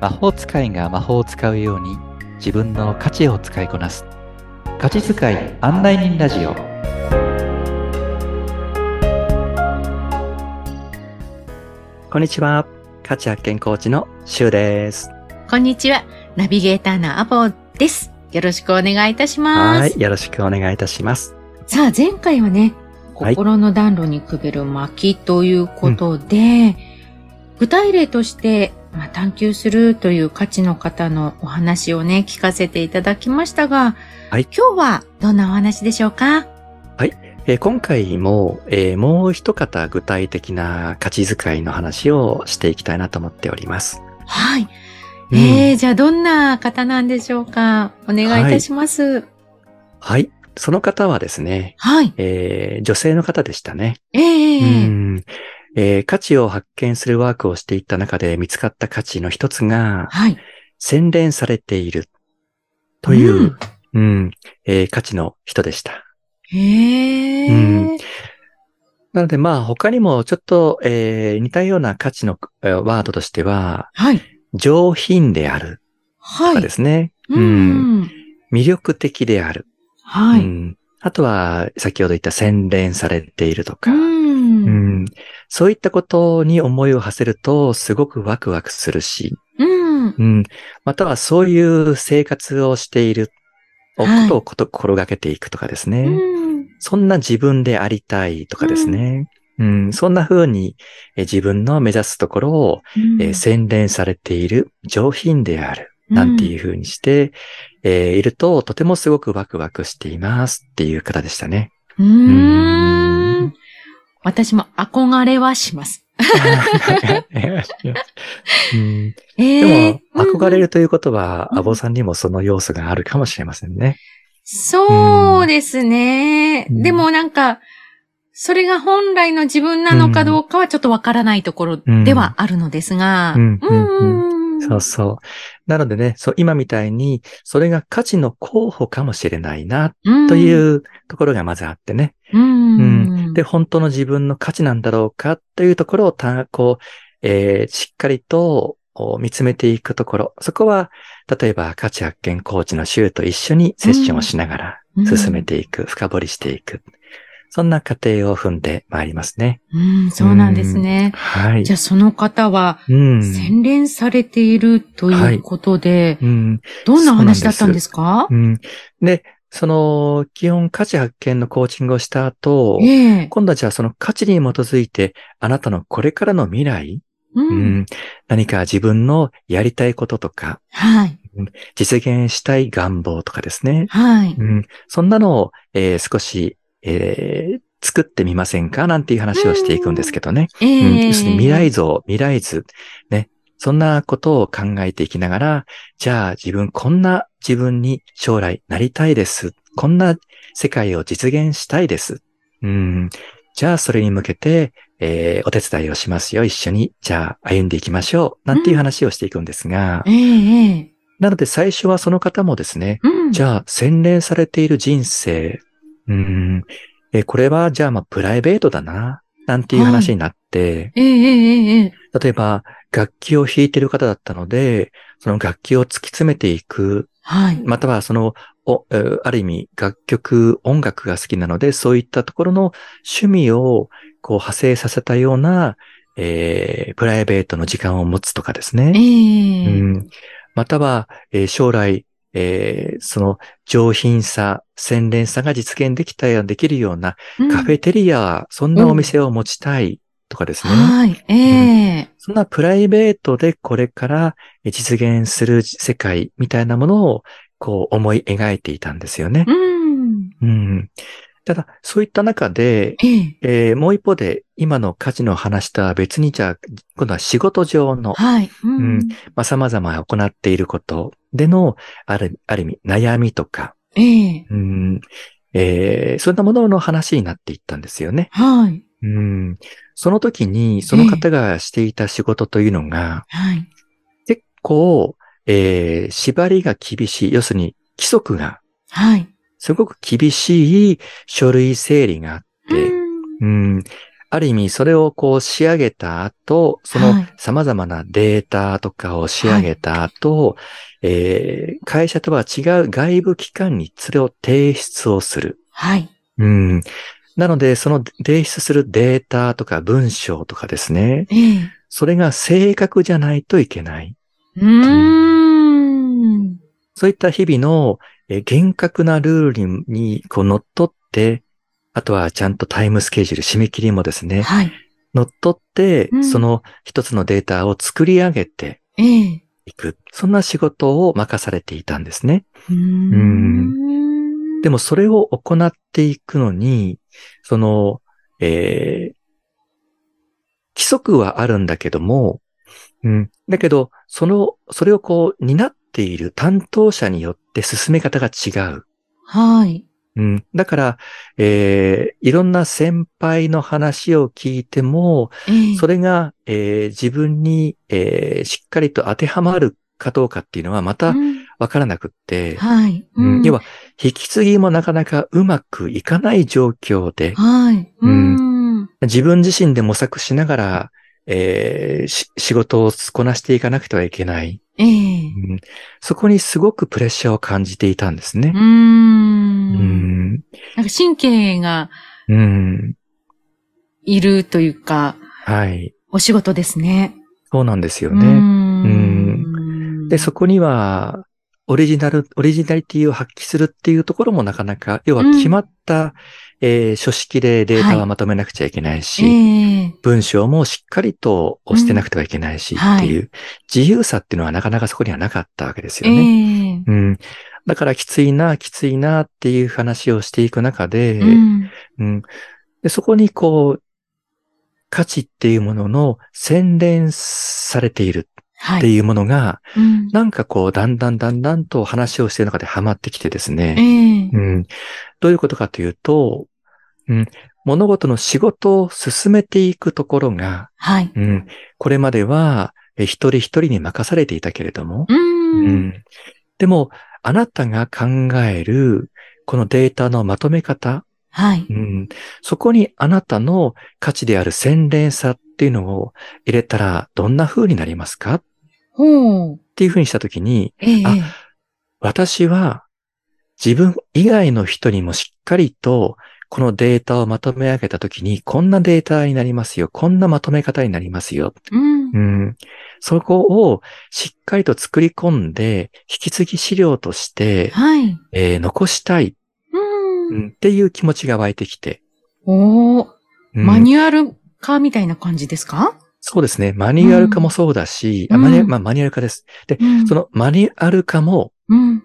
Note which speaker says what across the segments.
Speaker 1: 魔法使いが魔法を使うように自分の価値を使いこなす価値使い案内人ラジオこんにちは価値発見コーチのシュウです
Speaker 2: こんにちは。ナビゲーターのアボです。よろしくお願いいたしま
Speaker 1: は
Speaker 2: す。
Speaker 1: いよろしくお願いいたします
Speaker 2: さあ、前回はね、
Speaker 1: はい
Speaker 2: 心の暖炉にくべる薪ということで、具体例として、まあ、探求するという価値の方のお話をね、聞かせていただきましたが、
Speaker 1: はい
Speaker 2: 今日はどんなお話でしょうか
Speaker 1: えー今回も、えーもう一方具体的な価値使いの話をしていきたいなと思っております
Speaker 2: はい。
Speaker 1: うん
Speaker 2: えー、じゃあどんな方なんでしょうかお願いいたします。
Speaker 1: はいその方はですね、
Speaker 2: はい。
Speaker 1: えー女性の方でしたね
Speaker 2: ええ
Speaker 1: うんえー価値を発見するワークをしていった中で見つかった価値の一つが、
Speaker 2: はい。
Speaker 1: 洗練されているという、
Speaker 2: う
Speaker 1: うんんえー価値の人でした。
Speaker 2: ええ
Speaker 1: うんなので、まあ、他にもちょっと、えー似たような価値のえーワードとしては、
Speaker 2: はい。
Speaker 1: 上品である
Speaker 2: は
Speaker 1: とか
Speaker 2: い
Speaker 1: で。すね。
Speaker 2: う
Speaker 1: うん
Speaker 2: ん。
Speaker 1: 魅力的である、
Speaker 2: は
Speaker 1: う
Speaker 2: い。
Speaker 1: んあとは、先ほど言った洗練されていると
Speaker 2: う。
Speaker 1: か、うんんそういったことに思いを馳せると、すごくワクワクするし、
Speaker 2: うん。
Speaker 1: うん。またはそういう生活をしている、お
Speaker 2: は
Speaker 1: こ
Speaker 2: い
Speaker 1: とをこと心がけていくとかですね、
Speaker 2: うん。
Speaker 1: そんな自分でありたいとかですね。うん、そんな風にえ自分の目指すところを、えー洗練されている上品である、なんていうう風にして、えーいるととてもすごくワクワクしていますっていう方でした ね。
Speaker 2: ん。うー。
Speaker 1: うん
Speaker 2: 私も憧れはします。
Speaker 1: うん
Speaker 2: え
Speaker 1: で
Speaker 2: え
Speaker 1: も、憧れ
Speaker 2: うん
Speaker 1: るということは、
Speaker 2: うん
Speaker 1: アボさんにもその要素があるかもしれませんね。
Speaker 2: そうですね。
Speaker 1: うん
Speaker 2: でもなんか、それが本来の自分なのかどうかはちょっとわからないところではあるのですが。
Speaker 1: うん
Speaker 2: うん。
Speaker 1: そうそう。なのでね、そう、今みたいに、それが価値の候補かもしれないな、
Speaker 2: うん。
Speaker 1: と
Speaker 2: う。
Speaker 1: いうところがまずあってね。
Speaker 2: うん。
Speaker 1: で、本当の自分の価値なんだろうか、というところをた、こう、えーしっかりとお見つめていくところ。そこは、例えば価値発見コーチの週と一緒にセッションをしながら
Speaker 2: うん
Speaker 1: 進めていく、深掘りしていく。そんな過程を踏んでまいりますね。
Speaker 2: うん、そうなんですね。
Speaker 1: はい
Speaker 2: じ。ゃあその方は、
Speaker 1: うん。
Speaker 2: 洗練されているということで、
Speaker 1: うん。
Speaker 2: どんなお話だったんですか
Speaker 1: うん。で、その、基本価値発見のコーチングをした後、
Speaker 2: ええ。
Speaker 1: 今度はじゃあその価値に基づいて、あなたのこれからの未来、
Speaker 2: う。
Speaker 1: うんん何か自分のやりたいこととか、
Speaker 2: はい。
Speaker 1: 実現したい願望とかですね。。
Speaker 2: はいう
Speaker 1: ん、そんなのを、えー少し、えー作ってみませんかなんていう話をしていくんですけどね。うん
Speaker 2: ええ。
Speaker 1: 要するに未来像、未来図、ね。そんなことを考えていきながら、じゃあ自分、こんな自分に将来なりたいです。こんな世界を実現したいです。うん。じゃあそれに向けて、えーお手伝いをしますよ。一緒に、じゃあ歩んでいきましょう。なんていう話をしていくんですが、
Speaker 2: ええ。ええ。
Speaker 1: なので最初はその方もですね、
Speaker 2: うん。
Speaker 1: じ
Speaker 2: ゃ
Speaker 1: ゃあ洗練されている人生、うん。えーこれはじゃあまあプライベートだな、なんていう話になって、
Speaker 2: ええええええ。
Speaker 1: 例えば、楽器を弾いてる方だったので、その楽器を突き詰めていく、
Speaker 2: はい。
Speaker 1: またはその、おえーある意味、楽曲、音楽が好きなので、そういったところの趣味を、こう、派生させたような、えープライベートの時間を持つとかですね。
Speaker 2: え
Speaker 1: う
Speaker 2: え。
Speaker 1: ん、または、えー将来、えーその上品さ、洗練さが実現できたや、できるようなカフ
Speaker 2: ェ
Speaker 1: ェテリア、そんなお店を持ちたいとかですね。
Speaker 2: はい。ええ。
Speaker 1: そんなプライベートでこれから実現する世界みたいなものをこう思い描いていたんですよね
Speaker 2: う。ん。
Speaker 1: うん。ただ、そういった中で、
Speaker 2: ええ。
Speaker 1: えーもう一方で今の価値の話とは別にじゃあ、今度は仕事上の、
Speaker 2: はい。う。
Speaker 1: うんまあ、様々行っていることでの、ある、ある意味、悩みとか、
Speaker 2: ええ。
Speaker 1: うん、えーそんなものの話になっていったんですよね。
Speaker 2: はい。
Speaker 1: うん。その時に、その方がしていた仕事というのが、
Speaker 2: はい。
Speaker 1: 結構、えー縛りが厳しい、要するに規則が
Speaker 2: はい。
Speaker 1: すごく厳しい書類整理があって、
Speaker 2: うん
Speaker 1: うん、ある意味、それをこう仕上げた後、その
Speaker 2: はい
Speaker 1: 様々なデータとかを仕上げた後、えー会社とは違う外部機関にそれを提出をする。
Speaker 2: はい。
Speaker 1: うん。なので、その提出するデータとか文章とかですね、
Speaker 2: ええ。
Speaker 1: それが正確じゃないといけない。
Speaker 2: うーん。
Speaker 1: そういった日々のえー厳格なルールにこう乗っ取って、あとはちゃんとタイムスケジュール、締め切りもですね、
Speaker 2: はい。
Speaker 1: 乗っ取って
Speaker 2: う、ん
Speaker 1: その一つのデータを作り上げて
Speaker 2: ええ。
Speaker 1: いく。そんな仕事を任されていたんですね。
Speaker 2: うーん。
Speaker 1: で
Speaker 2: も、
Speaker 1: もそれを行っていくのに、その、えー規則はあるんだけども、うん。だけど、その、それをこう、担っている担当者によって進め方が違う。
Speaker 2: はい。
Speaker 1: うん。だから、えーいろんな先輩の話を聞いても、
Speaker 2: ええ。
Speaker 1: それが、えー自分に、えーしっかりと当てはまるかどうかっていうのはまた
Speaker 2: うん
Speaker 1: わからなくって、
Speaker 2: はい。
Speaker 1: うん要
Speaker 2: は、
Speaker 1: は、引き継ぎもなかなかうまくいかない状況で、
Speaker 2: はい。うーん。
Speaker 1: 自分自身で模索しながら、えーし仕事をこなしていかなくてはいけない、
Speaker 2: ええ。
Speaker 1: うんそこにすごくプレッシャーを感じていたんですね
Speaker 2: うー。。
Speaker 1: うんん。
Speaker 2: なんか神経が
Speaker 1: うん。
Speaker 2: いるというか、
Speaker 1: はい。
Speaker 2: お仕事ですね。
Speaker 1: そうなんですよ
Speaker 2: うー
Speaker 1: ね。
Speaker 2: ん
Speaker 1: で、そこには、オリジナル、オリジナリティを発揮するっていうところもなかなか、要は
Speaker 2: うん
Speaker 1: 決まった、えー書式でデータ
Speaker 2: は
Speaker 1: はいまとめなくちゃいけないし、
Speaker 2: ええ。
Speaker 1: 文章もしっかりと押してなくてはいけないし
Speaker 2: うん
Speaker 1: っていう、自由さっていうのはなかなかそこにはなかったわけですよね。
Speaker 2: ええ。
Speaker 1: うん。だからきついな、きついなっていう話をしていく中で、
Speaker 2: うん
Speaker 1: うんでそこにこう、価値っていうものの洗練されている
Speaker 2: は
Speaker 1: って
Speaker 2: い。
Speaker 1: いうものが、
Speaker 2: うん
Speaker 1: なんかこう、だんだんだんだんと話をしている中でハマってきてです
Speaker 2: え
Speaker 1: ね。
Speaker 2: え。
Speaker 1: うん。どういうことかというと、うん、物事の仕事を進めていくところが、
Speaker 2: はい。
Speaker 1: うん、これまではえ一人一人に任されていたけれども、
Speaker 2: う
Speaker 1: う
Speaker 2: ーん。
Speaker 1: ん、でも、あなたが考える、このデータのまとめ方、
Speaker 2: はい。
Speaker 1: うん、そこにあなたの価値である洗練さっていうのを入れたらどんな風になりますかっ
Speaker 2: ほう。
Speaker 1: ていう風にしたときに、
Speaker 2: ええ。
Speaker 1: あ私は自分以外の人にもしっかりとこのデータをまとめ上げたときに、こんなデータになりますよ。こんなまとめ方になりますよ。
Speaker 2: うん
Speaker 1: う。ん。そこをしっかりと作り込んで、引き継ぎ資料として、
Speaker 2: はい。
Speaker 1: えー残したい、
Speaker 2: う。
Speaker 1: うんんっていう気持ちが湧いてきて。
Speaker 2: おー。
Speaker 1: うん
Speaker 2: マニュアル化みたいな感じですか
Speaker 1: そうですね。マニュアル化もそうだし、
Speaker 2: うん
Speaker 1: あマニュア
Speaker 2: うん
Speaker 1: まあ、マニュアル化です。で、
Speaker 2: うん
Speaker 1: そのマニュアル化も
Speaker 2: うん。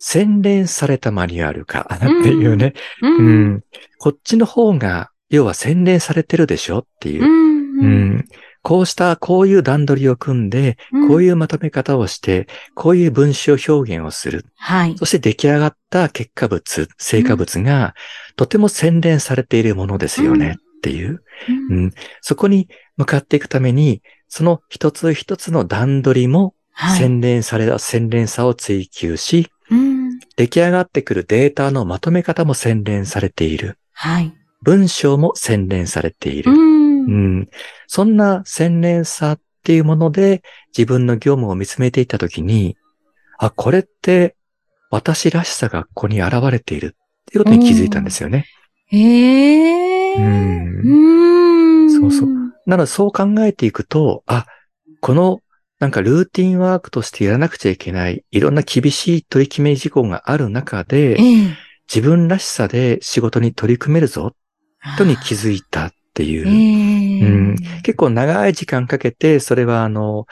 Speaker 1: 洗練されたマニュアル化っていうね、
Speaker 2: う。。
Speaker 1: うんん。こっちの方が、要は洗練されてるでしょっていうう。うんん。こうした、こういう段取りを組んで、こう
Speaker 2: うん。
Speaker 1: いうまとめ方をして、こういう文章表現をする。
Speaker 2: はい
Speaker 1: そ。して出来上がった結果物、成果物が、とても洗練されているものですよ
Speaker 2: うん
Speaker 1: ねっていう。
Speaker 2: うん
Speaker 1: うん。そこに向かっていくために、その一つ一つの段取りも
Speaker 2: はい。
Speaker 1: 洗練された、洗練さを追求し、
Speaker 2: うん。
Speaker 1: 出来上がってくるデータのまとめ方も洗練されている。
Speaker 2: はい。。
Speaker 1: 文章も洗練されていうる。うんん。そんな洗練さっていうもので自分の業務を見つめていったときに、あ、これって私らしさがここに現れているっていうことに気づいたんですよね。
Speaker 2: へえ。
Speaker 1: う。
Speaker 2: うんん。
Speaker 1: そうそう。なのでそう考えていくと、あ、このなんかルーティンワークとしてやらなくちゃいけない、いろんな厳しい取り決め事項がある中で、
Speaker 2: ええ。
Speaker 1: 自分らしさで仕事に取り組めるぞ、とに気づいたっていう。
Speaker 2: ええ。
Speaker 1: うん結構長い時間かけて、それはあの、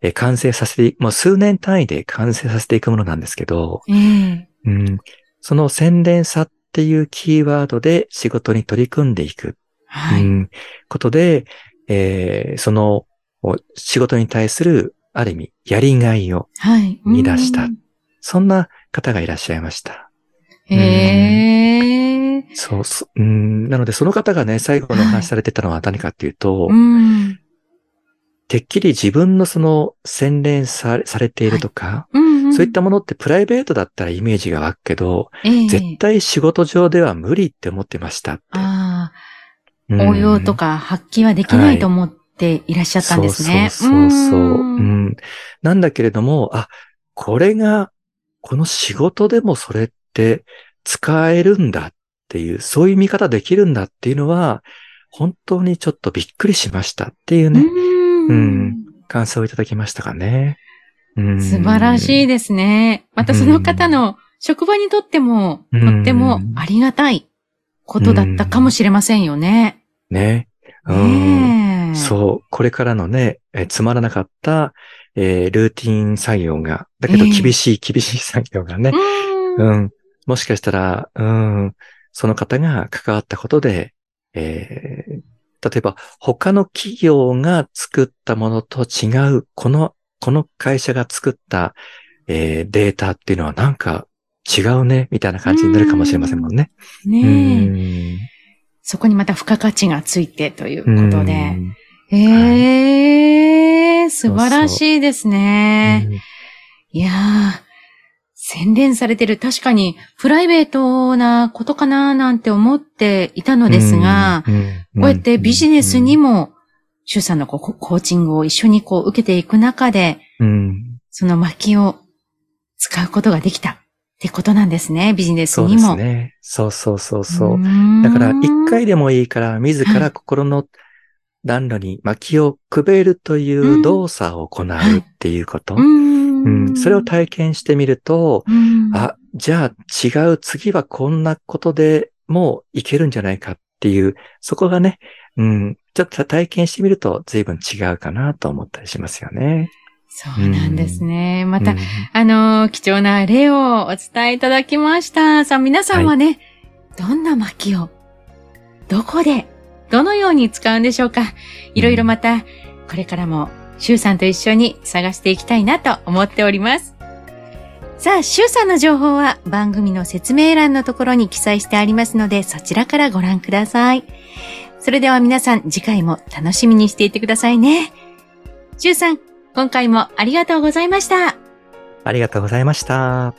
Speaker 1: えー完成させて、もう数年単位で完成させていくものなんですけど、
Speaker 2: ええ。
Speaker 1: うん、その洗練さっていうキーワードで仕事に取り組んでいく、
Speaker 2: は
Speaker 1: う
Speaker 2: い。
Speaker 1: ん、ことで、えーそのお仕事に対するある意味、やりがいを、
Speaker 2: はい。
Speaker 1: 見出した
Speaker 2: うん。
Speaker 1: そんな方がいらっしゃいました。
Speaker 2: へえ。
Speaker 1: そうそう、うん、なのでその方がね、最後のお話しされてたのは何かっていうと、
Speaker 2: うん。
Speaker 1: てっきり自分のその洗練さされているとか、
Speaker 2: うん。
Speaker 1: そういったものってプライベートだったらイメージが湧くけど、
Speaker 2: ええ、
Speaker 1: 絶対仕事上では無理って思ってましたって。
Speaker 2: ああ、
Speaker 1: うん
Speaker 2: 応用とか発揮はできないと思っていらっしゃったんですね。
Speaker 1: そうそうそうそう、
Speaker 2: ん
Speaker 1: うん。なんだけれども、あ、これが、この仕事でもそれって使えるんだっていう、そういう見方できるんだっていうのは、本当にちょっとびっくりしましたっていうね、
Speaker 2: う
Speaker 1: うん
Speaker 2: ん
Speaker 1: 感想をいただきましたかね。うん
Speaker 2: 素晴らしいですね。またその方の職場にとっても、
Speaker 1: うん
Speaker 2: とってもありがたいことだったかもしれませんよね。
Speaker 1: ね。うん
Speaker 2: ねえ
Speaker 1: そう、これからのね、えーつまらなかった、えールーティン作業が、だけど
Speaker 2: ええ
Speaker 1: 厳しい、厳しい作業がね、
Speaker 2: うん。
Speaker 1: うん、もしかしたら、うん、その方が関わったことで、えー例えば他の企業が作ったものと違う、この、この会社が作った、えーデータっていうのはなんか違うね、みたいな感じになるかもしれませんもんね。う
Speaker 2: ねえ
Speaker 1: ん。
Speaker 2: そこにまた付加価値がついてということ
Speaker 1: う
Speaker 2: で。
Speaker 1: ん
Speaker 2: ええ素晴らしいですね。いやー、洗練されてる。確かに、プライベートなことかななんて思っていたのですが、
Speaker 1: うん、
Speaker 2: こうやってビジネスにも、シュウさんのこうコーチングを一緒にこう受けていく中で、
Speaker 1: うん、
Speaker 2: その薪を使うことができたってことなんですね、ビジネス
Speaker 1: そう
Speaker 2: に
Speaker 1: で
Speaker 2: も。
Speaker 1: すね。そうそうそうそうう。
Speaker 2: ーん
Speaker 1: だから、一回でもいいから、自ら心の暖炉に薪をくべるという動作を行うっていうこと。
Speaker 2: う
Speaker 1: うんん、それを体験してみると、
Speaker 2: うん
Speaker 1: あ、じゃあ違う、次はこんなことでもういけるんじゃないかっていう、そこがね、うん、ちょっと体験してみると随分違うかなと思ったりしますよね。
Speaker 2: そうなんですね。ま
Speaker 1: う
Speaker 2: た
Speaker 1: ん、
Speaker 2: あのー貴重な例をお伝えいただきました。さあ、皆さんはね、どんな薪を、どこで、どのように使うんでしょうか。いろいろまた、これからも、シュウさんと一緒に探していきたいなと思っております。さあ、シュウさんの情報は番組の説明欄のところに記載してありますので、そちらからご覧ください。それでは皆さん、次回も楽しみにしていてくださいね。シュウさん、今回もありがとうございました。
Speaker 1: ありがとうございました。